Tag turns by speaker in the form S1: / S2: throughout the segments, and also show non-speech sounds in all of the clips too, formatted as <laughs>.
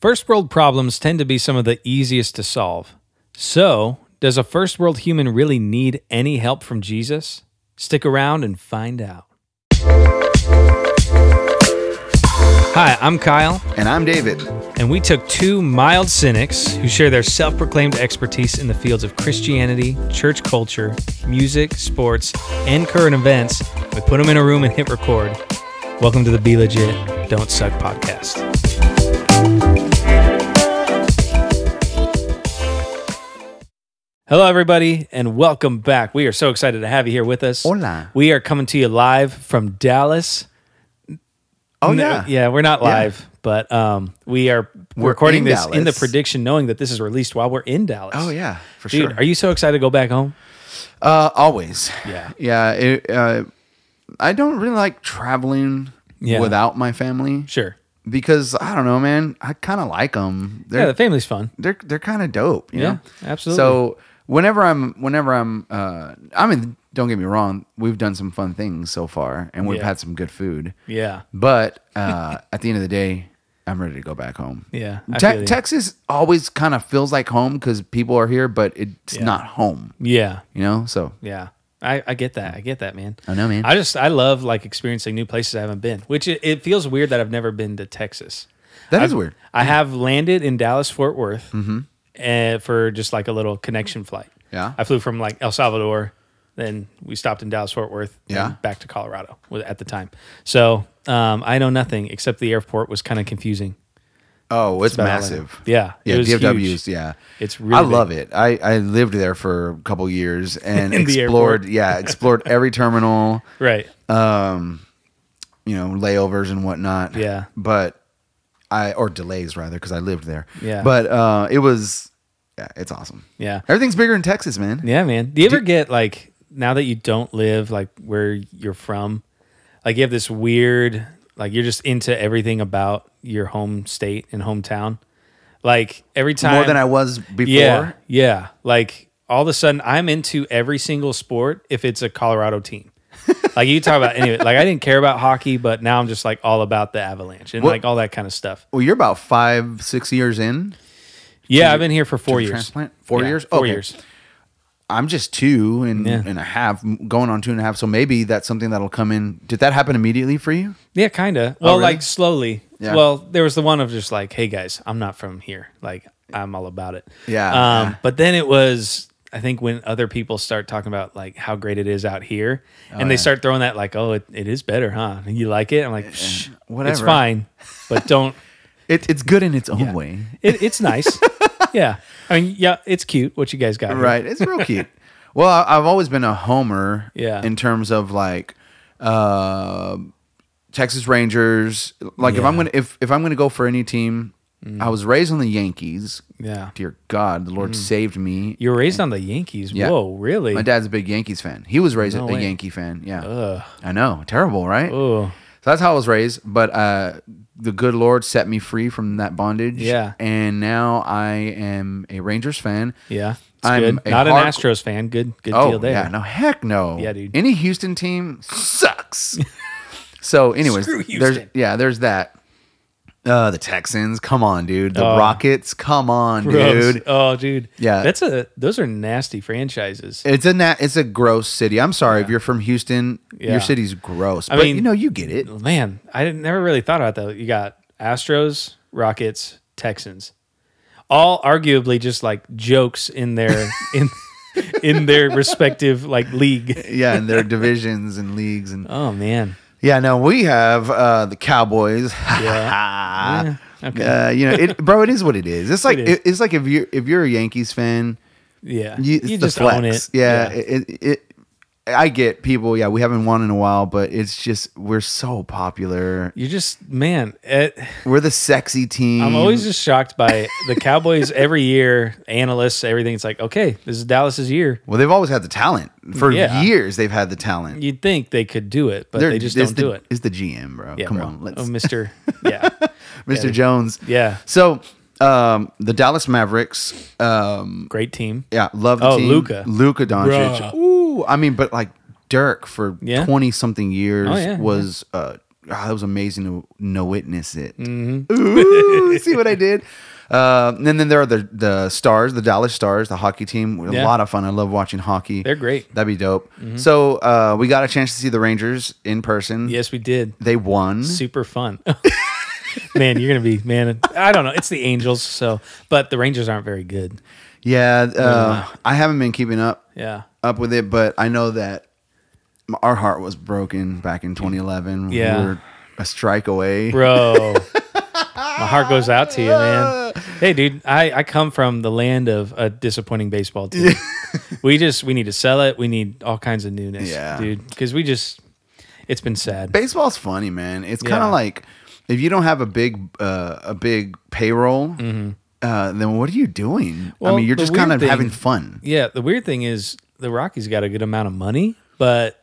S1: First world problems tend to be some of the easiest to solve. So, does a first world human really need any help from Jesus? Stick around and find out. Hi, I'm Kyle,
S2: And I'm David.
S1: and we took two mild cynics who share their self proclaimed expertise in the fields of Christianity, church culture, music, sports, and current events. We put them in a room and hit record. Welcome to the Be Legit, Don't Suck podcast. Hello, everybody, and welcome back. We are so excited to have you here with us.
S2: Hola.
S1: We are coming to you live from Dallas.
S2: Oh
S1: No,
S2: yeah,
S1: we're not live, but um, we are
S2: We're
S1: recording
S2: in
S1: this in the
S2: Dallas.
S1: prediction, knowing that this is released while we're in Dallas.
S2: Oh yeah, for
S1: dude,
S2: sure.
S1: are you so excited to go back home?
S2: uh, always.
S1: Yeah.
S2: Yeah. It, uh, I don't really like traveling
S1: Yeah.
S2: without my family
S1: Sure.
S2: because I don't know, man. I kind of like them. They're
S1: Yeah, the family's fun.
S2: they're they're kind of dope. You
S1: Yeah,
S2: know?
S1: absolutely.
S2: So whenever I'm whenever I'm uh, I mean, don't get me wrong, we've done some fun things so far, and we've
S1: Yeah.
S2: had some good food.
S1: Yeah,
S2: But uh, at the end of the day, I'm ready to go back home.
S1: yeah. I feel
S2: Te-
S1: you.
S2: Texas always kind of feels like home because people are here, but it's
S1: Yeah.
S2: not home.
S1: yeah,
S2: You know, so
S1: yeah. I, I get that. I get that, man.
S2: I know, man.
S1: I just I love like experiencing new places I haven't been, which it, it feels weird that I've never been to Texas.
S2: that is
S1: I've-
S2: weird. Mm-hmm.
S1: I have landed in Dallas Fort Worth eh, for just like a little connection flight.
S2: Yeah.
S1: I flew from like El Salvador, then we stopped in Dallas Fort Worth, and
S2: Yeah.
S1: back to Colorado with- at the time. So um, I know nothing except the airport was kind of confusing.
S2: Oh, it's
S1: about all I know.
S2: massive.
S1: Yeah,
S2: yeah,
S1: it was
S2: DFW's.
S1: huge.
S2: Yeah,
S1: It's really
S2: I love it. I I lived there for a couple
S1: <laughs>
S2: years and
S1: In the
S2: explored.
S1: airport.
S2: yeah, explored every terminal.
S1: Right.
S2: You know, layovers and whatnot.
S1: Yeah.
S2: but I or delays rather because I lived there.
S1: Yeah.
S2: but uh, it was. Yeah, it's awesome.
S1: yeah.
S2: Everything's bigger in Texas, man.
S1: Yeah, man. Do you ever get like now that you don't live like where you're from, like you have this weird like you're just into everything about your home state and hometown. Like every time
S2: More than I was before.
S1: Yeah. Yeah. Like all of a sudden I'm into every single sport if it's a Colorado
S2: <laughs>
S1: team. like you talk about anyway, like I didn't care about hockey, but now I'm just like all about the avalanche and
S2: What-
S1: like all that kind of stuff.
S2: Well, you're about five, six years in.
S1: Yeah, I've been here for four
S2: the
S1: years.
S2: transplant? Four
S1: Yeah,
S2: years?
S1: Four
S2: Okay.
S1: years.
S2: I'm just two and,
S1: Yeah.
S2: and a half, m- going on two and a half. So maybe that's something that'll come in. Did that happen immediately for you?
S1: Yeah, kind of. Well,
S2: Oh, really?
S1: like slowly.
S2: Yeah.
S1: Well, there was the one of just like, hey guys, I'm not from here. Like, I'm all about it.
S2: Yeah,
S1: Um,
S2: yeah.
S1: But then it was, I think, when other people start talking about like how great it is out here,
S2: Oh,
S1: and they start throwing that like, oh, it, it is better, huh? You like it? I'm like, Shh, It's
S2: Eh, whatever.
S1: fine,
S2: <laughs>
S1: but don't.
S2: It, it's good in its own way,
S1: It, it's nice. yeah. I mean, yeah, it's cute what you guys got. here.
S2: right?
S1: <laughs>
S2: It's real cute. Well, I, I've always been a homer
S1: Yeah.
S2: in terms of like uh, Texas Rangers. Like if I'm
S1: Yeah. Mm.
S2: gonna if if I'm gonna go for any team, I was raised on the Yankees.
S1: Yeah.
S2: Dear God, the Lord
S1: Mm.
S2: saved me.
S1: You were raised on the Yankees.
S2: Yeah.
S1: Whoa, really?
S2: My dad's a big Yankees fan. He was raised
S1: No
S2: a
S1: way.
S2: Yankee fan. Yeah.
S1: Ugh.
S2: I know. Terrible, right?
S1: Oh,
S2: So that's how I was raised. But uh, the good Lord set me free from that bondage.
S1: Yeah.
S2: And now I am a Rangers fan.
S1: yeah. It's
S2: I'm
S1: good.
S2: a
S1: Not an
S2: hard-
S1: Astros fan. Good, good
S2: Oh,
S1: deal there.
S2: yeah. No, heck no.
S1: Yeah, dude.
S2: Any Houston team sucks. so, anyways,
S1: Screw
S2: there's
S1: Houston.
S2: yeah, there's that. Uh, the Texans, come on, dude. The
S1: Oh.
S2: Rockets, come on,
S1: Gross.
S2: dude.
S1: Oh, dude.
S2: Yeah.
S1: That's a those are nasty franchises.
S2: It's a na- it's a gross city. I'm sorry if you're from Houston,
S1: Yeah.
S2: your city's gross.
S1: I
S2: but
S1: mean-
S2: you know, you get it.
S1: Man, I didn't, never really thought about that. You got Astros, Rockets, Texans. All arguably just like jokes in their <laughs> in in their respective like league.
S2: Yeah, and their divisions and leagues and
S1: Oh man.
S2: Yeah, no, we have uh, the Cowboys. <laughs>
S1: Yeah. Yeah, okay.
S2: Uh, you know, it, bro, it is what it is. It's like
S1: It is.
S2: it- it's like if you're if you're a Yankees fan,
S1: Yeah.
S2: you, it's the
S1: just
S2: flex.
S1: own it.
S2: Yeah, It, it, it- I get people. Yeah, we haven't won in a while, but it's just we're so popular.
S1: You're just man, it,
S2: We're the sexy team.
S1: I'm always just shocked by the Cowboys every year, analysts, everything. It's like, okay, this is Dallas's year.
S2: well. They've always had the talent for
S1: Yeah.
S2: years. They've had the talent.
S1: You'd think they could do it, but
S2: They're-
S1: they just
S2: it's
S1: don't
S2: the,
S1: do it.
S2: It's the GM, bro.
S1: Yeah,
S2: Come
S1: bro.
S2: on, let's
S1: oh, Mr. Yeah.
S2: Mr. Jones. <laughs>
S1: Yeah. <laughs>
S2: So, um, the Dallas Mavericks. Um,
S1: Great team.
S2: Yeah, love the
S1: Oh,
S2: team.
S1: Luka.
S2: Luka Doncic.
S1: Bruh.
S2: Ooh, I mean, but like Dirk for
S1: Yeah.
S2: twenty something years
S1: Oh, yeah,
S2: was uh, ah, that was amazing to no witness it.
S1: Mm-hmm.
S2: Ooh, <laughs> see what I did? Uh, and then there are the the stars, the Dallas Stars, the hockey team. A
S1: Yeah.
S2: lot of fun. I love watching hockey.
S1: They're great. Mm-hmm.
S2: That'd be dope. So uh, we got a chance to see the Rangers in person.
S1: Yes, we did.
S2: They won.
S1: Super fun. <laughs> man, you're gonna be man. I don't know. It's the Angels, so but the Rangers aren't very good.
S2: Yeah, uh, I haven't been keeping up
S1: Yeah.
S2: up with it, but I know that m- our heart was broken back in 2011.
S1: Yeah.
S2: we were a strike
S1: <laughs>
S2: away.
S1: bro. My heart goes out to you, man. Hey, dude, I, I come from the land of a disappointing baseball team. <laughs> we just we need to sell it. We need all kinds of newness,
S2: Yeah.
S1: dude. Because we just it's been sad.
S2: Baseball's funny, man. It's kind
S1: Yeah.
S2: of like if you don't have a big uh, a big payroll, uh, then what are you doing?
S1: Mm-hmm. Well,
S2: I mean, you're
S1: the
S2: just kind
S1: weird
S2: of
S1: thing-
S2: having fun.
S1: Yeah, the weird thing is the Rockies got a good amount of money, but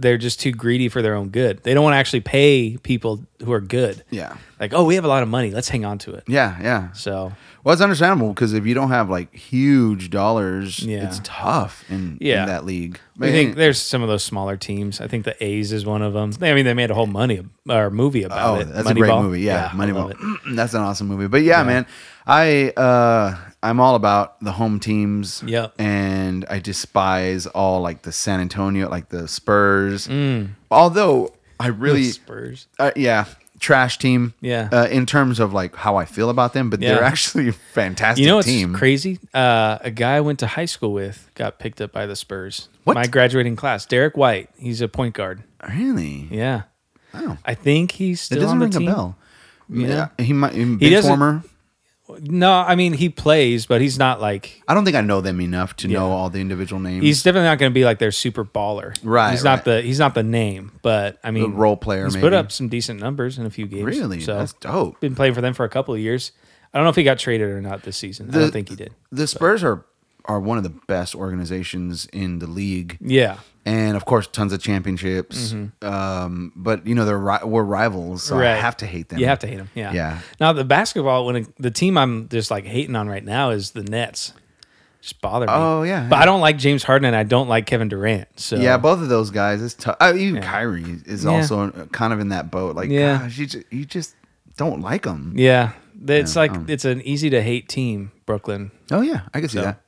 S1: they're just too greedy for their own good. They don't want to actually pay people who are good.
S2: Yeah,
S1: Like, oh, we have a lot of money. Let's hang on to it.
S2: yeah, yeah.
S1: So
S2: Well, it's understandable because if you don't have like huge dollars,
S1: Yeah.
S2: it's tough in,
S1: Yeah.
S2: in that league.
S1: I
S2: Man,
S1: think there's some of those smaller teams. I think the A's is one of them. I mean, they made a whole money or movie about
S2: Oh,
S1: it.
S2: that's a great
S1: Moneyball.
S2: movie. Yeah,
S1: I love it.
S2: Moneyball. <clears throat> that's an awesome movie. But yeah, man, I uh, I'm all about the home teams.
S1: Yep.
S2: And I despise all like the San Antonio, like the Spurs.
S1: Mm.
S2: Although I really,
S1: Spurs.
S2: uh, yeah, trash team.
S1: Yeah.
S2: Uh, in terms of like how I feel about them, but they're
S1: Yeah.
S2: actually a fantastic
S1: You know what's
S2: team.
S1: crazy? Uh, a guy I went to high school with got picked up by the Spurs.
S2: What?
S1: My graduating class, Derek White. He's a point guard.
S2: Really?
S1: Yeah,
S2: Wow.
S1: I think he's
S2: It
S1: still
S2: doesn't
S1: on the
S2: ring
S1: team.
S2: a bell.
S1: Yeah.
S2: He might he
S1: doesn't-
S2: former.
S1: No, I mean he plays, but he's not like
S2: I don't think I know them enough to
S1: Yeah.
S2: know all the individual names.
S1: he's definitely not going to be like their super baller.
S2: Right,
S1: He's not
S2: right.
S1: the he's not the name, but I mean
S2: role player,
S1: He's put
S2: maybe.
S1: up some decent numbers in a few games.
S2: really
S1: So
S2: that's dope.
S1: been playing for them for a couple of years. I don't know if he got traded or not this season. I don't think he did.
S2: The Spurs are are one of the best organizations in the league,
S1: Yeah,
S2: and of course, tons of championships. Um, but you know, they're ri- we're rivals, so I
S1: Mm-hmm. right.
S2: have to hate them.
S1: You have to hate him. Yeah.
S2: Yeah.
S1: Now the basketball, when it, the team I'm just like hating on right now is the Nets. Just bother me.
S2: Oh, yeah,
S1: But
S2: yeah.
S1: I don't like James Harden and I don't like Kevin Durant. So
S2: Yeah, both of those guys. It's tough. Uh, even Kyrie is
S1: Yeah.
S2: also kind of in that boat. Like,
S1: Yeah.
S2: gosh, you just, you just don't like them.
S1: yeah, it's like
S2: um.
S1: it's an easy to hate team. Brooklyn.
S2: Oh yeah, I can see that.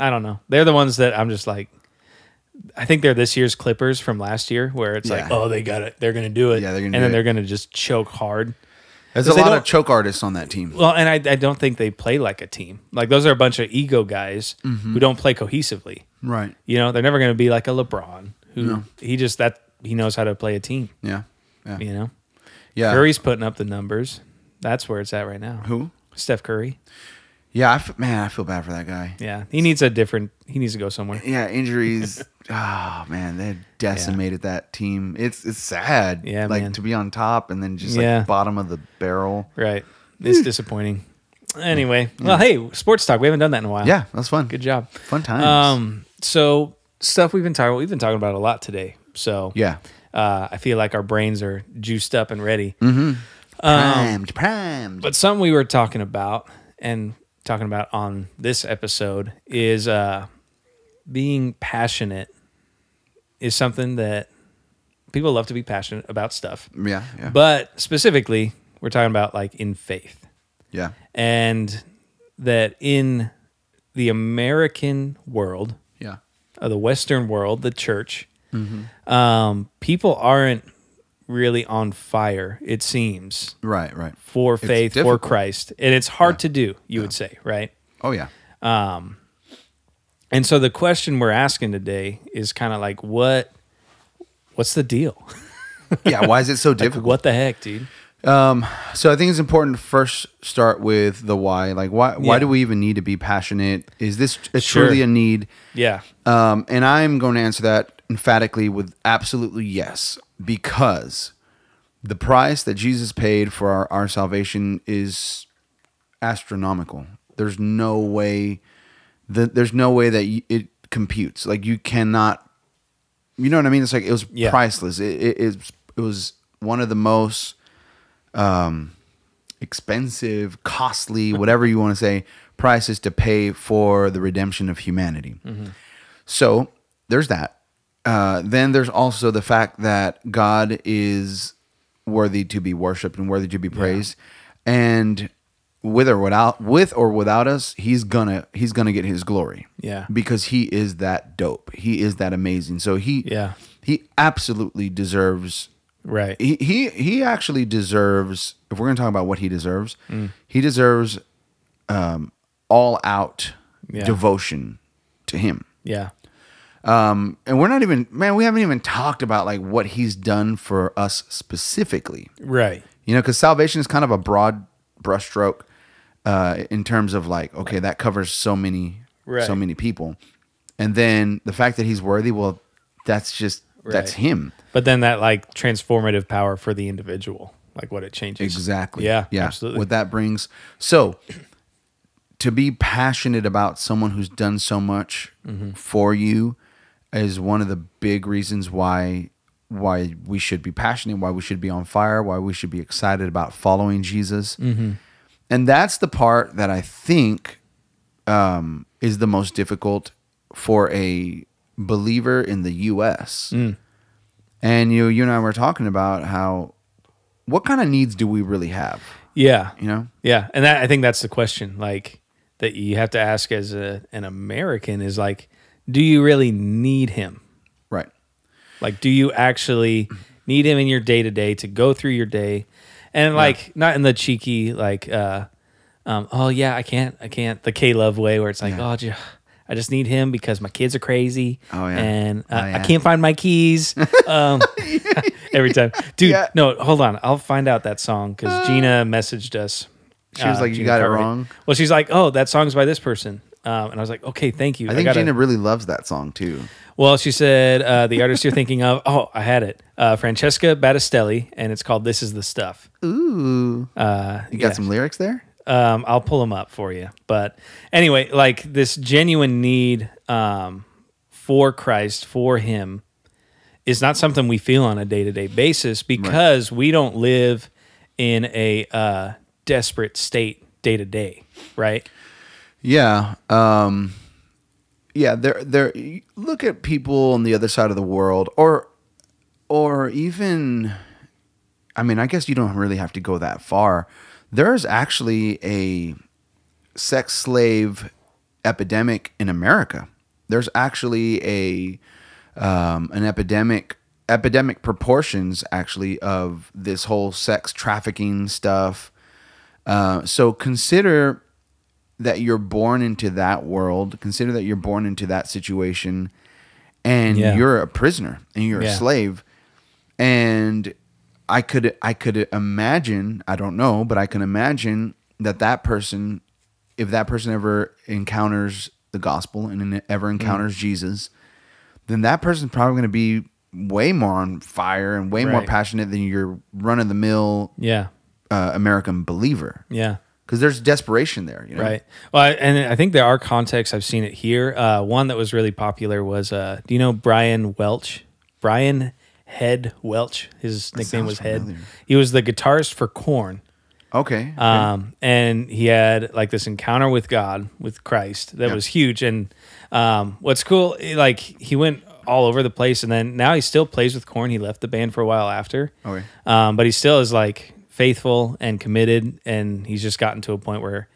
S1: I don't know. They're the ones that I'm just like. I think they're this year's Clippers from last year, where it's like,
S2: Yeah.
S1: oh, they got it, they're gonna do it,
S2: Yeah, they're gonna
S1: and
S2: do
S1: then
S2: it.
S1: they're gonna just choke hard.
S2: There's a
S1: they
S2: lot of
S1: don't-
S2: choke artists on that team.
S1: Well, and I, I don't think they play like a team. Like those are a bunch of ego guys
S2: Mm-hmm.
S1: who don't play cohesively.
S2: Right.
S1: You know, they're never going to be like a LeBron who he just that he knows how to play a team.
S2: Yeah. Yeah.
S1: You know,
S2: Yeah.
S1: Curry's putting up the numbers. That's where it's at right now.
S2: Who?
S1: Steph Curry.
S2: Yeah. I f- man, I feel bad for that guy.
S1: Yeah, he needs a different. He needs to go somewhere. <laughs>
S2: yeah, injuries. oh man, they decimated that team. It's it's sad.
S1: Yeah,
S2: like
S1: man.
S2: to be on top and then just
S1: Yeah.
S2: like bottom of the barrel.
S1: Right.
S2: Hmm.
S1: It's disappointing. Anyway, well, hey, sports talk. We haven't done that in a while.
S2: Yeah, that's fun.
S1: Uh, Good job.
S2: Fun times.
S1: Um. So stuff we've been talking. We've been talking about a lot today. So
S2: yeah,
S1: Uh, I feel like our brains are juiced up and ready.
S2: Hmm. primed, primed.
S1: um, But something we were talking about and talking about on this episode is uh, being passionate is something that people love to be passionate about stuff.
S2: yeah, yeah,
S1: But specifically, we're talking about like in faith
S2: yeah,
S1: and that in the American world,
S2: yeah.
S1: of the Western world, the church, um, people aren't really on fire, it seems,
S2: Right, right.
S1: for faith, for
S2: difficult.
S1: Christ. And it's hard to do, you would say, right? <laughs>
S2: Oh yeah,
S1: And so the question we're asking today is kind of like, what, what's the deal? <laughs>
S2: yeah. Why is it so difficult?
S1: what the heck, dude?
S2: So I think it's important to first start with the why. Like, why why
S1: Yeah.
S2: do we even need to be passionate? Is this a
S1: Sure.
S2: truly a need?
S1: Yeah.
S2: Um, and I'm going to answer that emphatically with absolutely yes, because the price that Jesus paid for our, our salvation is astronomical. There's no way that there's no way that you, it computes. Like you cannot, you know what I mean? It's like it was
S1: Yeah.
S2: priceless. It, it, it's- it was one of the most um, expensive, costly, whatever you want to say, prices to pay for the redemption of humanity. So there's that. Uh, then there's also the fact that God is worthy to be worshipped and worthy to be praised. And with or without with or without us, he's gonna he's gonna get his glory.
S1: Yeah.
S2: Because he is that dope. He is that amazing. So he
S1: Yeah.
S2: he absolutely deserves
S1: Right.
S2: he he he actually deserves if we're going to talk about what he deserves
S1: Mm.
S2: he deserves um all out
S1: Yeah.
S2: devotion to him
S1: Yeah.
S2: and we're not even man we haven't even talked about like what he's done for us specifically
S1: Right.
S2: you know because salvation is kind of a broad brushstroke uh in terms of like okay that covers so many so
S1: Right.
S2: many people and then the fact that he's worthy well that's just that's
S1: Right.
S2: him
S1: But then that like transformative power for the individual, like what it changes.
S2: Exactly.
S1: Yeah.
S2: Yeah.
S1: Absolutely.
S2: What that brings. So to be passionate about someone who's done so much
S1: Mm-hmm.
S2: for you is one of the big reasons why why we should be passionate, why we should be on fire, why we should be excited about following Jesus.
S1: Mm-hmm.
S2: And that's the part that I think um, is the most difficult for a believer in the U.S.
S1: Mm.
S2: And you, you and I were talking about how what kind of needs do we really have?
S1: yeah.
S2: You know,
S1: Yeah, and that I think that's the question, like that you have to ask as a, an American is like, do you really need him?
S2: right?
S1: Like, do you actually need him in your day to day to go through your day, and like not in the cheeky like, uh, um, oh yeah, I can't, I can't, the K love way where it's like, oh, ju- I just need him because my kids are crazy,
S2: Oh, yeah.
S1: and uh,
S2: Oh, yeah.
S1: I can't find my
S2: <laughs>
S1: keys. Um, <laughs> every time, dude.
S2: Yeah.
S1: No, hold on, I'll find out that song
S2: <gasps>
S1: because Gina messaged us. uh,
S2: She was like, "You got it wrong."
S1: Well, she's like, "Oh, that song's by this person," um, and I was like, "Okay, thank you."
S2: I think
S1: gotta-
S2: Gina really loves that song too.
S1: well, she said uh, the artist you're thinking of. Oh, I had it. Uh, Francesca Battistelli, and it's called "This Is the Stuff."
S2: Ooh,
S1: Uh,
S2: you got
S1: yeah.
S2: some lyrics there.
S1: Um, I'll pull them up for you. But anyway, like this genuine need um, for Christ, for Him, is not something we feel on a day to day basis because we don't live in a uh, desperate state day to day, right?
S2: Yeah, um, yeah. There, there. Look at people on the other side of the world, or, or even, I mean, I guess you don't really have to go that far. There's actually a sex slave epidemic in America. There's actually a um, an epidemic epidemic proportions actually of this whole sex trafficking stuff. Uh, so consider that you're born into that world. Consider that you're born into that situation, and
S1: Yeah.
S2: you're a prisoner and you're a
S1: Yeah.
S2: slave. And I could I could imagine I don't know, but I can imagine that that person, if that person ever encounters the gospel and ever
S1: Mm.
S2: encounters Jesus, then that person's probably going to be way more on fire and way more
S1: Right.
S2: passionate than your run of the mill
S1: Yeah,
S2: uh, American believer.
S1: yeah.
S2: Because there's desperation there, you know?
S1: Right. Well, I- and I think there are contexts I've seen it here. Uh, one that was really popular was uh, do you know Brian Welch? Brian Head Welch. His nickname
S2: sounds
S1: was Head.
S2: familiar.
S1: He was the guitarist for Korn.
S2: Okay.
S1: Um, and he had like this encounter with God, with Christ, that was huge. And um, what's cool, eh, like he went all over the place, and then now he still plays with Korn. He left the band for a while after,
S2: Okay.
S1: um, but he still is like faithful and committed, and he's just gotten to a point where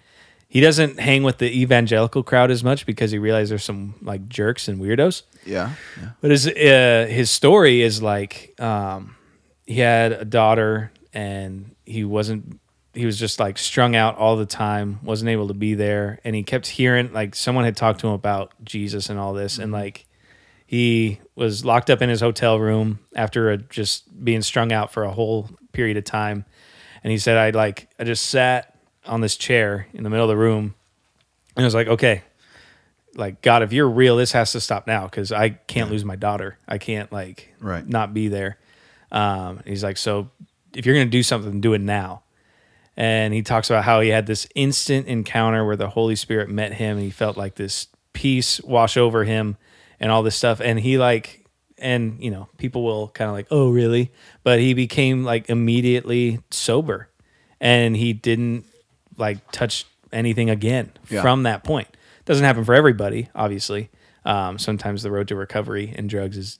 S1: he doesn't hang with the evangelical crowd as much because he realized there's some like jerks and weirdos.
S2: yeah. yeah.
S1: But his uh, his story is like um, he had a daughter and he wasn't he was just like strung out all the time, wasn't able to be there, and he kept hearing like someone had talked to him about Jesus and all this, and like he was locked up in his hotel room after a, just being strung out for a whole period of time, and he said I like I just sat on this chair in the middle of the room, and I was like okay like god if you're real this has to stop now because i can't lose my daughter i can't like
S2: Right.
S1: not be there um, he's like so if you're gonna do something do it now and he talks about how he had this instant encounter where the holy spirit met him and he felt like this peace wash over him and all this stuff and he like and you know people will kind of like oh really but he became like immediately sober and he didn't like touch anything again
S2: Yeah.
S1: from that point. Doesn't happen for everybody, obviously. Um, sometimes the road to recovery in drugs is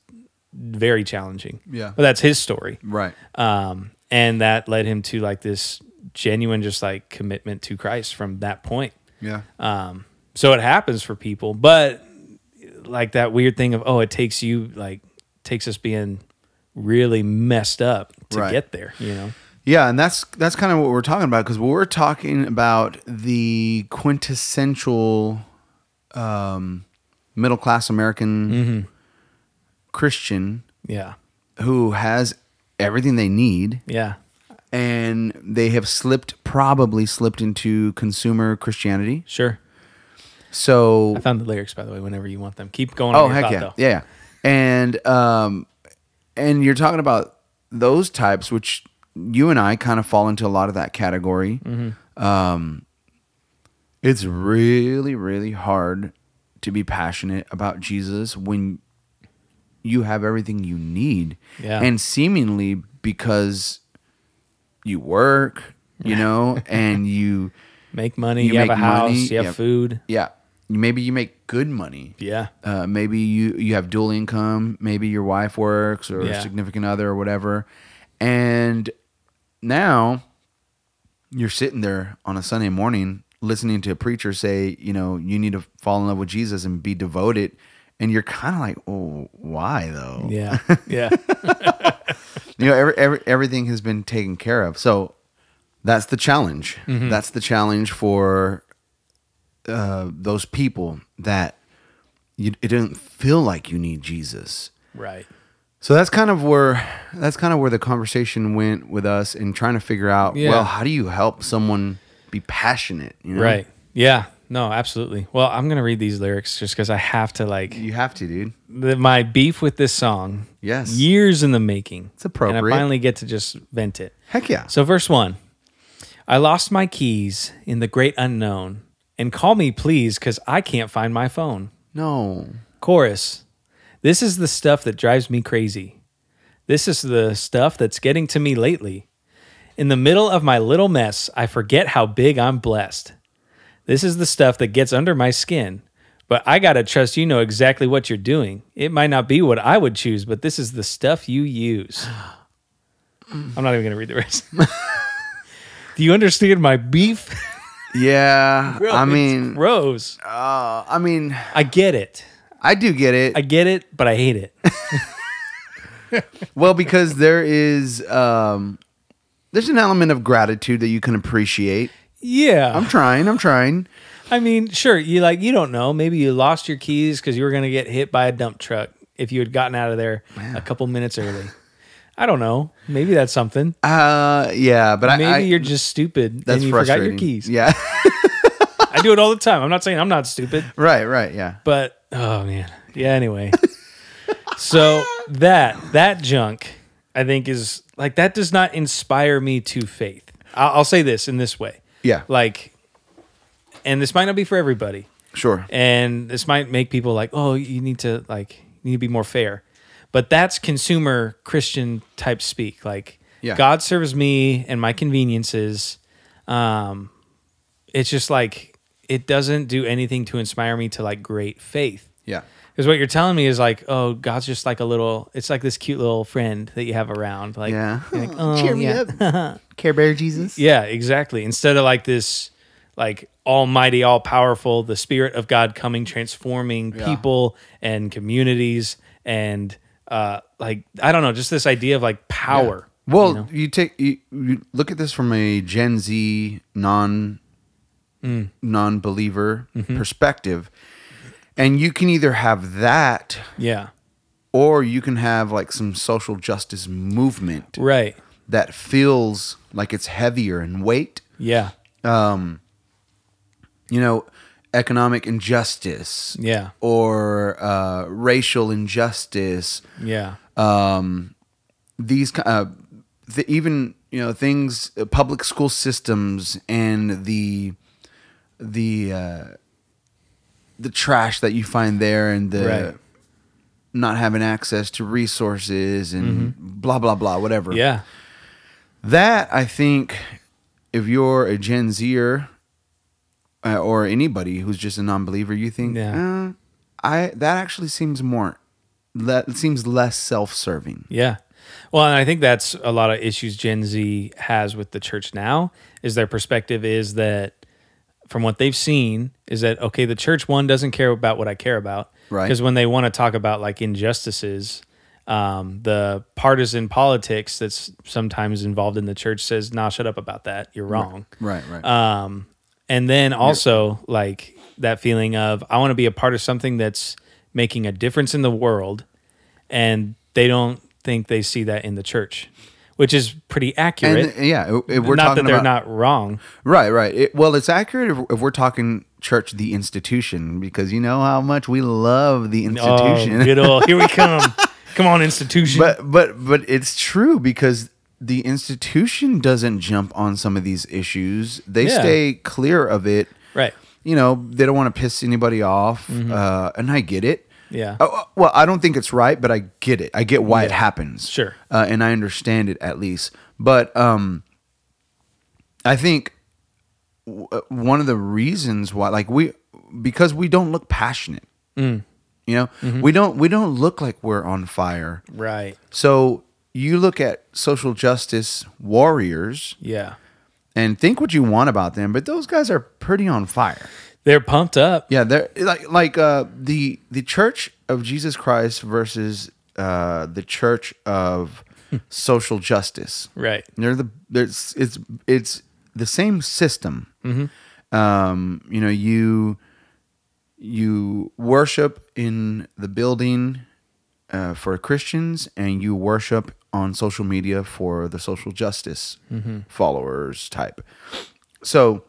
S1: very challenging.
S2: Yeah.
S1: but that's his story.
S2: Right.
S1: Um, and that led him to like this genuine just like commitment to Christ from that point.
S2: Yeah.
S1: Um, so it happens for people, but like that weird thing of oh, it takes you like takes us being really messed up to
S2: Right.
S1: get there. You know,
S2: Yeah, and that's that's kind of what we're talking about because we're talking about the quintessential um, middle class American Christian
S1: yeah,
S2: who has everything they need,
S1: yeah,
S2: and they have slipped, probably slipped into consumer Christianity.
S1: sure.
S2: So
S1: I found the lyrics by the way. Whenever you want them, keep going.
S2: Oh
S1: on your
S2: heck
S1: thought,
S2: yeah,
S1: though.
S2: yeah, yeah. And um, and you're talking about those types, which you and I kind of fall into a lot of that category.
S1: Mm-hmm.
S2: Um, it's really, really hard to be passionate about Jesus when you have everything you need,
S1: Yeah.
S2: and seemingly because you work, you know,
S1: <laughs>
S2: and you,
S1: Make money.
S2: You
S1: You, have
S2: make
S1: a house.
S2: money,
S1: you have
S2: yeah.
S1: food.
S2: yeah, maybe you make good money,
S1: Yeah,
S2: uh, maybe you you have dual income maybe your wife works or
S1: Yeah.
S2: significant other or whatever and now you're sitting there on a sunday morning listening to a preacher say you know you need to fall in love with jesus and be devoted and you're kind of like oh why though <laughs>
S1: yeah, yeah,
S2: you know every, every, everything has been taken care of so that's the challenge
S1: Mm-hmm.
S2: that's the challenge for uh, those people that you, it doesn't feel like you need jesus
S1: right.
S2: so that's kind of where that's kind of where the conversation went with us in trying to figure out
S1: Yeah.
S2: well how do you help someone be passionate you know?
S1: Right. Yeah. No, absolutely. Well, I'm going to read these lyrics just because I have to, like,
S2: you have to dude
S1: the, my beef with this song.
S2: Yes.
S1: Years in the making. It's And
S2: appropriate.
S1: I finally get to just vent it.
S2: heck yeah
S1: So, verse one I lost my keys in the great unknown, and call me, please, because I can't find my phone.
S2: no
S1: Chorus This is the stuff that drives me crazy. This is the stuff that's getting to me lately. In the middle of my little mess, I forget how big I'm blessed. This is the stuff that gets under my skin. But I gotta trust you know exactly what you're doing. It might not be what I would choose, but this is the stuff you use. I'm not even gonna read the rest. <laughs> Do you understand my beef?
S2: yeah i mean
S1: Rose.
S2: uh, i mean
S1: I get it.
S2: i do get it
S1: I get it, but I hate it.
S2: well because there is um there's an element of gratitude that you can appreciate
S1: Yeah.
S2: i'm trying i'm trying
S1: I mean, sure, you like you don't know. Maybe you lost your keys because you were gonna get hit by a dump truck if you had gotten out of there a couple minutes early. I don't know. Maybe that's something.
S2: uh yeah but
S1: Maybe
S2: i, I
S1: you're just stupid and
S2: that's
S1: you forgot your
S2: frustrating
S1: keys.
S2: yeah <laughs>
S1: I do it all the time. I'm not saying I'm not stupid,
S2: right right yeah
S1: but oh man. Yeah, anyway.
S2: <laughs>
S1: so that that junk I think is like that does not inspire me to faith. I'll, I'll say this in this way.
S2: yeah
S1: Like and this might not be for everybody.
S2: sure
S1: and this might make people like oh you need to like you need to be more fair but that's consumer christian type speak like
S2: Yeah.
S1: god serves me and my conveniences um it's just like it doesn't do anything to inspire me to like great faith
S2: yeah
S1: because what you're telling me is like oh god's just like a little it's like this cute little friend that you have around like
S2: Yeah.
S1: you're like,
S2: <laughs>
S1: oh, yeah.
S2: up.
S1: <laughs>
S2: Care Bear Jesus.
S1: Yeah, exactly. Instead of like this, like almighty, all powerful, the spirit of God coming, transforming
S2: Yeah.
S1: people and communities, and uh, like I don't know, just this idea of like power.
S2: Well, you,
S1: you know?
S2: take you, you look at this from a Gen Z non
S1: Mm.
S2: non believer
S1: Mm-hmm.
S2: perspective, and you can either have that
S1: yeah,
S2: or you can have like some social justice movement
S1: right,
S2: that feels like it's heavier in weight.
S1: yeah,
S2: You know, economic injustice
S1: yeah,
S2: or uh, racial injustice
S1: yeah,
S2: these ki- uh, the, even you know things uh, public school systems and the the uh, the trash that you find there and the
S1: Right.
S2: not having access to resources and blah blah blah whatever
S1: yeah,
S2: that I think if you're a Gen Zer uh, or anybody who's just a non-believer you think
S1: Yeah.
S2: "Uh, I that actually seems more le- seems less self-serving
S1: yeah. Well, and I think that's a lot of issues Gen Z has with the church now is their perspective is that from what they've seen is that okay, the church one doesn't care about what I care about.
S2: Right.
S1: Because when they want to talk about like injustices, um, the partisan politics that's sometimes involved in the church says, nah, shut up about that. You're wrong.
S2: Right, right.
S1: Um, and then also like that feeling of I want to be a part of something that's making a difference in the world, and they don't think they see that in the church, which is pretty accurate.
S2: and yeah, if we're
S1: not
S2: talking
S1: that they're
S2: about
S1: not wrong.
S2: Right, right. It, well, it's accurate if, if we're talking church, the institution, because you know how much we love the
S1: Oh,
S2: institution.
S1: good old, here we come. come on, institution.
S2: <laughs> but but but it's true because the institution doesn't jump on some of these issues. They
S1: Yeah.
S2: stay clear of it.
S1: right.
S2: You know, they don't want to piss anybody off, uh, and I get it.
S1: Mm-hmm. Yeah.
S2: Oh, oh, well, I don't think it's right, but I get it. I get why it happens.
S1: Sure.
S2: Uh, and I understand it at least. But um, I think w- uh, one of the reasons why, like we, because we don't look passionate.
S1: Mm.
S2: You know,
S1: Mm-hmm.
S2: we don't we don't look like we're on fire.
S1: Right.
S2: So you look at social justice warriors
S1: Yeah.
S2: and think what you want about them, but those guys are pretty on fire.
S1: They're pumped up.
S2: Yeah, they're like like uh, the the Church of Jesus Christ versus uh, the Church of Social Justice.
S1: Right.
S2: They're the there's it's it's the same system. Um, you know, you you worship in the building uh, for Christians, and you worship on social media for the social justice followers type. So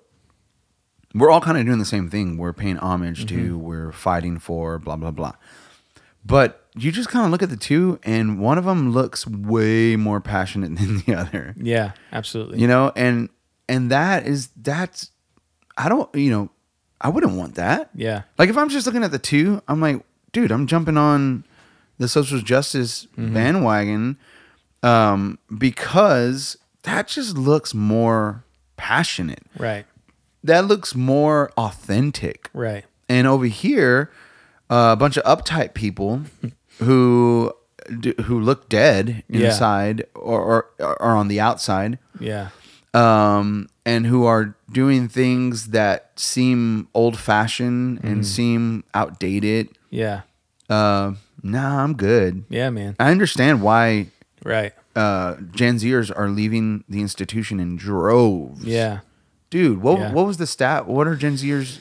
S2: we're all kind of doing the same thing. We're paying homage to, we're fighting for, blah blah blah. But you just kind of look at the two, and one of them looks way more passionate <laughs> than the other
S1: Yeah. Absolutely.
S2: you know and and that is that's i don't you know i wouldn't want that
S1: Yeah.
S2: like if i'm just looking at the two i'm like dude i'm jumping on the social justice
S1: Mm-hmm.
S2: bandwagon um because that just looks more passionate
S1: Right.
S2: that looks more authentic
S1: Right.
S2: and over here uh, a bunch of uptight people
S1: <laughs>
S2: who d- who look dead
S1: Yeah.
S2: inside or, or or on the outside
S1: Yeah.
S2: um, and who are doing things that seem old fashioned
S1: Mm-hmm.
S2: and seem outdated.
S1: Yeah.
S2: Uh, nah, I'm good.
S1: Yeah, man.
S2: I understand why
S1: Right.
S2: uh, Gen Zers are leaving the institution in droves.
S1: Yeah.
S2: Dude, what,
S1: Yeah.
S2: what was the stat? What are Gen Zers?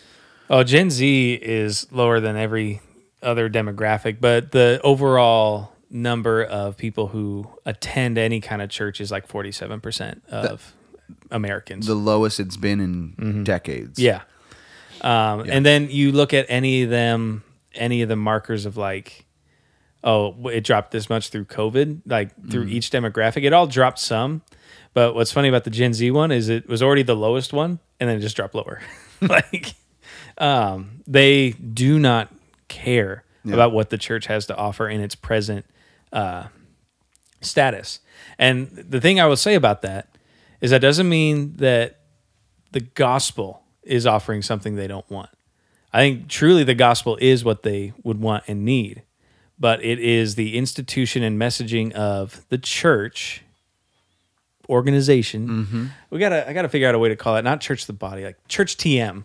S1: Oh, Gen Z is lower than every other demographic, but the overall number of people who attend any kind of church is like 47% of Americans.
S2: The lowest it's been in decades.
S1: Mm-hmm. yeah. Um, And then you look at any of them, any of the markers of like, oh, it dropped this much through COVID, like through each demographic. It all dropped some. But what's funny about the Gen Z one is it was already the lowest one and then it just dropped lower. <laughs> like, um, they do not care about what the church has to offer in its present uh, status. And the thing I will say about that is that doesn't mean that the gospel is offering something they don't want. I think truly the gospel is what they would want and need, but it is the institution and messaging of the church organization. We gotta I gotta figure out a way to call it not church the body, like church TM.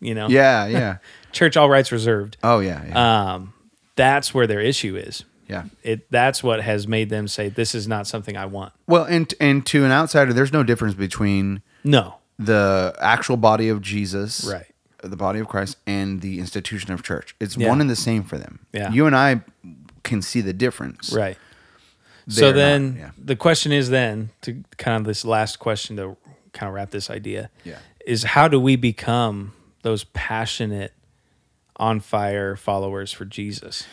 S1: You know,
S2: Yeah. Yeah.
S1: church all rights reserved.
S2: oh, yeah. Yeah.
S1: Um, that's where their issue is.
S2: yeah.
S1: It that's what has made them say this is not something I want.
S2: Well, and, and to an outsider, there's no difference between
S1: No,
S2: the actual body of Jesus,
S1: Right.
S2: The body of Christ and the institution of church. It's
S1: Yeah.
S2: one and the same for them.
S1: Yeah.
S2: You and I can see the difference.
S1: Right.
S2: They
S1: So
S2: are not,
S1: then
S2: yeah.
S1: the question is then to kind of this last question to kind of wrap this idea.
S2: Yeah.
S1: Is how do we become those passionate on fire followers for Jesus?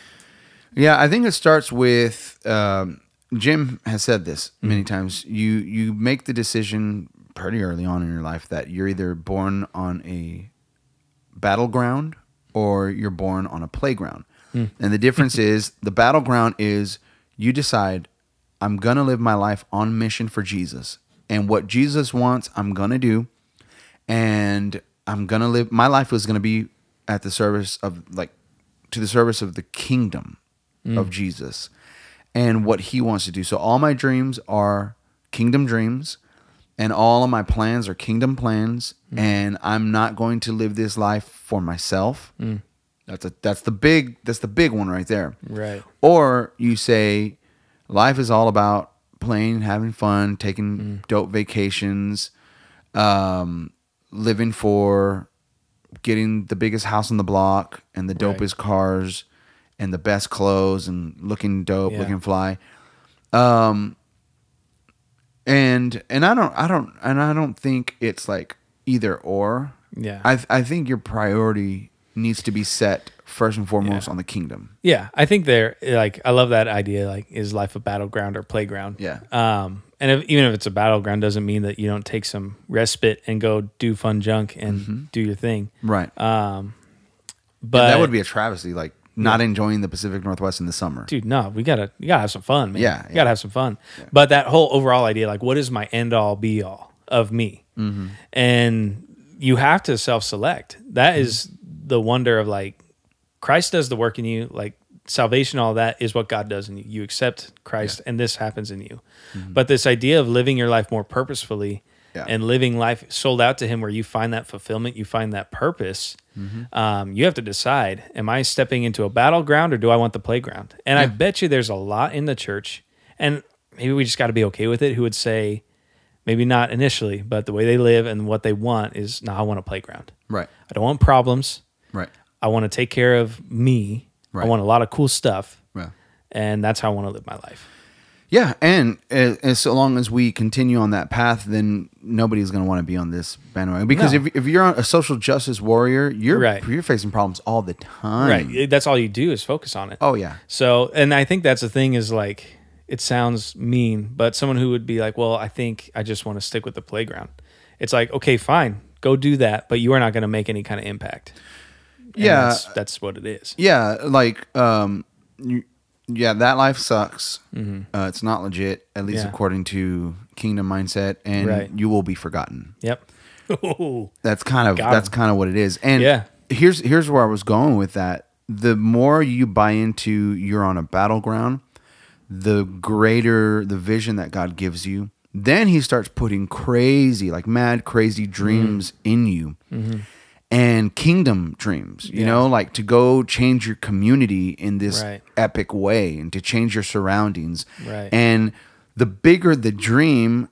S2: Yeah, I think it starts with um, Jim has said this many times. You you make the decision pretty early on in your life that you're either born on a battleground or you're born on a playground. And the difference <laughs> is the battleground is you decide I'm going to live my life on mission for Jesus. And what Jesus wants, I'm going to do. And I'm going to live my life was going to be at the service of like to the service of the kingdom of Jesus. and what he wants to do. So all my dreams are kingdom dreams and all of my plans are kingdom plans and I'm not going to live this life for myself. That's a that's the big that's the big one right there.
S1: Right.
S2: Or you say life is all about playing, having fun, taking
S1: Mm.
S2: dope vacations, um, living for getting the biggest house on the block and the
S1: Right.
S2: dopest cars and the best clothes and looking dope,
S1: Yeah.
S2: looking fly. Um and and I don't I don't and I don't think it's like either or.
S1: Yeah.
S2: I I think your priority needs to be set first and foremost on the kingdom.
S1: Yeah, I think they're like I love that idea. Like, is life a battleground or playground?
S2: Yeah.
S1: Um, and if, even if it's a battleground, doesn't mean that you don't take some respite and go do fun junk and do your thing.
S2: Right.
S1: But
S2: Mm-hmm. that would be a travesty, like not enjoying the Pacific Northwest in the summer.
S1: dude, no, we gotta you gotta have some fun, man.
S2: Yeah,
S1: you
S2: yeah.
S1: gotta have some fun. But that whole overall idea, like, what is my end all be all of me?
S2: Mm-hmm.
S1: And you have to self select.
S2: Mm-hmm.
S1: That is the wonder of like Christ does the work in you. Like salvation, all that is what God does in you. You accept Christ, and this happens in you. But this idea of living your life more purposefully.
S2: Yeah.
S1: And living life sold out to Him, where you find that fulfillment, you find that purpose. Um, you have to decide: Am I stepping into a battleground, or do I want the playground? And I bet you there's a lot in the church, and maybe we just got to be okay with it. Who would say, maybe not initially, but the way they live and what they want is, no, I want a playground.
S2: Right.
S1: I don't want problems.
S2: Right.
S1: I want to take care of me.
S2: Right.
S1: I want a lot of cool stuff.
S2: Yeah.
S1: And that's how I want to live my life.
S2: Yeah, and uh, as so long as we continue on that path, then nobody's going to want to be on this bandwagon. Because
S1: No.
S2: if, if you're a social justice warrior, you're
S1: Right.
S2: you're facing problems all the time.
S1: Right. That's all you do is focus on it.
S2: Oh yeah.
S1: So, and I think that's the thing is like, it sounds mean, but someone who would be like, well, I think I just want to stick with the playground. It's like, okay, fine, go do that, but you are not going to make any kind of impact. And
S2: Yeah.
S1: That's, that's what it is.
S2: Yeah, like um, you, yeah, that life sucks. Uh, it's not legit, at least
S1: Mm-hmm. Yeah.
S2: according to Kingdom mindset, and
S1: Right.
S2: you will be forgotten. <laughs>
S1: Yep. Ooh.
S2: That's kind of
S1: Got
S2: that's
S1: him.
S2: kind of what it is. And
S1: Yeah.
S2: here's here's where I was going with that. The more you buy into you're on a battleground, the greater the vision that God gives you. Then he starts putting crazy, like mad crazy
S1: Mm-hmm.
S2: dreams in you. And kingdom dreams, you
S1: Yeah.
S2: know, like to go change your community in this
S1: Right.
S2: epic way and to change your surroundings.
S1: Right.
S2: And the bigger the dream,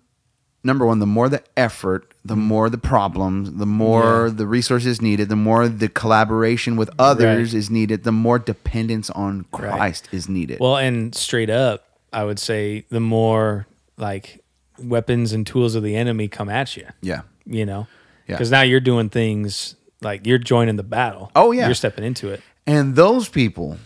S2: number one, the more the effort, the
S1: Mm.
S2: more the problems, the more the resources needed, the more the collaboration with others is needed, the more dependence on Christ is needed.
S1: Well, and straight up, I would say the more like weapons and tools of the enemy come at you,
S2: yeah.
S1: you know,
S2: Yeah.
S1: because now you're doing things like you're joining the battle.
S2: Oh, yeah.
S1: You're stepping into it.
S2: And those people,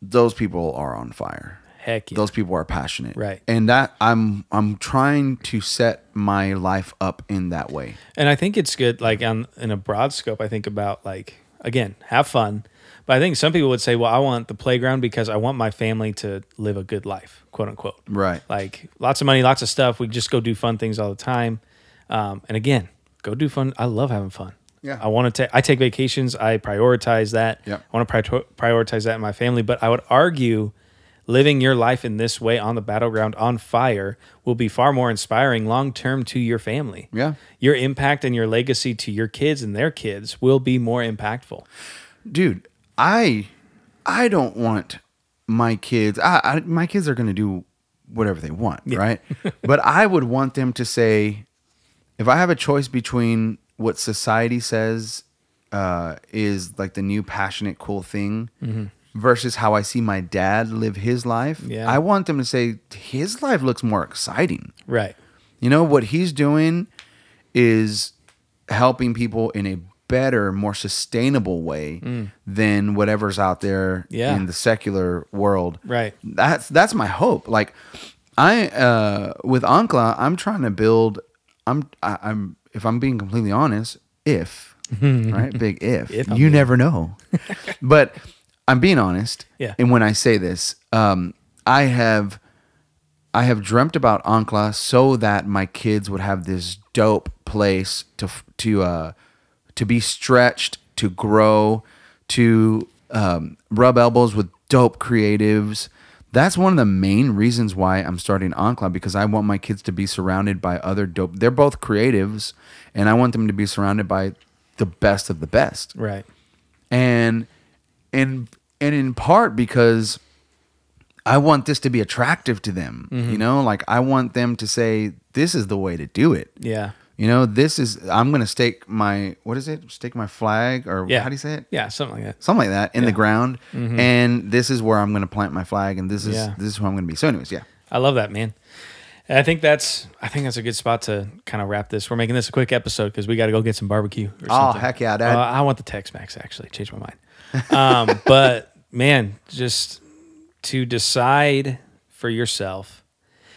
S2: those people are on fire.
S1: Heck yeah.
S2: Those people are passionate.
S1: Right.
S2: And that I'm I'm trying to set my life up in that way.
S1: And I think it's good, like on in a broad scope. I think about like again, have fun. But I think some people would say, "Well, I want the playground because I want my family to live a good life, quote unquote."
S2: Right.
S1: Like lots of money, lots of stuff. We just go do fun things all the time. Um, and again, go do fun. I love having fun.
S2: Yeah.
S1: I want to take. I take vacations. I prioritize that.
S2: Yep.
S1: I want to prioritize that in my family. But I would argue, living your life in this way on the battleground, on fire, will be far more inspiring long term to your family
S2: Yeah.
S1: your impact and your legacy to your kids and their kids will be more impactful.
S2: dude i i don't want my kids i, I my kids are going to do whatever they want right but i would want them to say if i have a choice between what society says uh, is like the new passionate cool thing versus how i see my dad live his life
S1: Yeah.
S2: i want them to say his life looks more exciting
S1: Right.
S2: you know what he's doing is helping people in a better, more sustainable way than whatever's out there
S1: Mm. Yeah.
S2: in the secular world.
S1: Right.
S2: That's that's my hope. Like I uh with Ankla, I'm trying to build I'm I, I'm if I'm being completely honest,
S1: <laughs>
S2: if right, big if.
S1: If I'm
S2: you
S1: <laughs>
S2: never know. but I'm being honest.
S1: Yeah.
S2: And when I say this, um I have I have dreamt about Ankla so that my kids would have this dope place to f- to uh, to be stretched, to grow, to um, rub elbows with dope creatives, That's one of the main reasons why I'm starting OnCloud because I want my kids to be surrounded by other dope. They're both creatives, and I want them to be surrounded by the best of the best
S1: Right.
S2: and and and in part because I want this to be attractive to them.
S1: Mm-hmm.
S2: You know, like I want them to say this is the way to do it.
S1: Yeah.
S2: You know, this is I'm going to stake my what is it? Stake my flag or
S1: Yeah.
S2: how do you say it?
S1: Yeah, something like that.
S2: Something like that in the
S1: Yeah. Mm-hmm.
S2: ground, and this is where I'm going to plant my flag, and this is
S1: Yeah.
S2: this is who I'm going to be. So, anyways, yeah,
S1: I love that, man. And I think that's I think that's a good spot to kind of wrap this. We're making this a quick episode because we got to go get some barbecue. Or something.
S2: Oh, heck yeah, Dad.
S1: Uh, I want the Tex Mex actually. Changed my mind. Um, <laughs> but man, just to decide for yourself,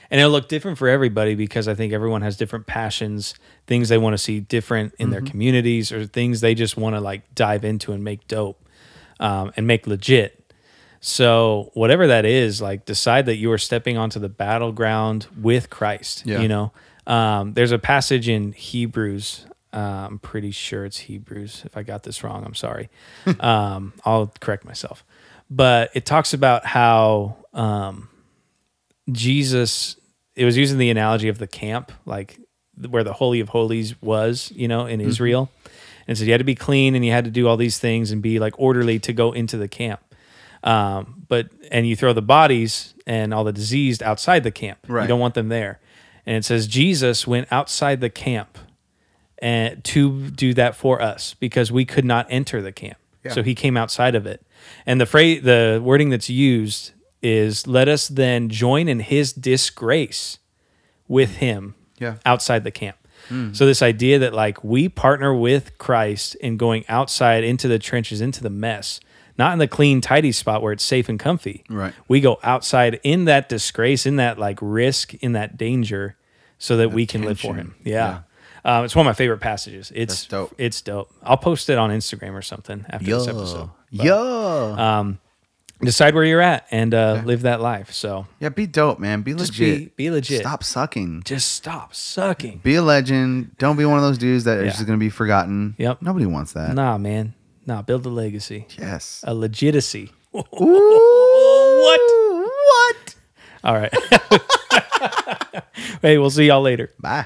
S1: and it'll look different for everybody because I think everyone has different passions, things they want to see different in their communities, or things they just want to like dive into and make dope um, and make legit. So whatever that is, like decide that you are stepping onto the battleground with Christ.
S2: Yeah.
S1: You know, um, there's a passage in Hebrews. Uh, I'm pretty sure it's Hebrews. If I got this wrong, I'm sorry. um, I'll correct myself. But it talks about how um, Jesus. It was using the analogy of the camp, like where the holy of holies was, you know, in Israel, and so you had to be clean and you had to do all these things and be like orderly to go into the camp um, but and you throw the bodies and all the diseased outside the camp.
S2: Right.
S1: You don't want them there. And it says Jesus went outside the camp and to do that for us because we could not enter the camp.
S2: Yeah.
S1: So he came outside of it. And the phrase, the wording that's used is, "Let us then join in his disgrace with him
S2: Yeah. Hmm.
S1: outside the camp." So this idea that like we partner with Christ in going outside into the trenches, into the mess, not in the clean, tidy spot where it's safe and comfy.
S2: Right.
S1: We go outside in that disgrace, in that like risk, in that danger, so that we can live for
S2: tension.
S1: Him. Yeah. Um, it's one of my favorite passages. It's
S2: That's dope.
S1: It's dope. I'll post it on Instagram or something after this episode. But
S2: yo,
S1: Decide where you're at and uh, live that life. So
S2: yeah, be dope, man. Be
S1: Just
S2: legit.
S1: be- be legit.
S2: Stop sucking.
S1: just stop sucking.
S2: Be a legend. Don't be one of those dudes that is
S1: Yeah.
S2: just going to be forgotten.
S1: Yep.
S2: Nobody wants that.
S1: Nah, man. Nah, build a legacy, <laughs>
S2: Yes.
S1: a legitimacy.
S2: Ooh, what? What?
S1: All right. <laughs> hey, we'll see y'all later.
S2: Bye.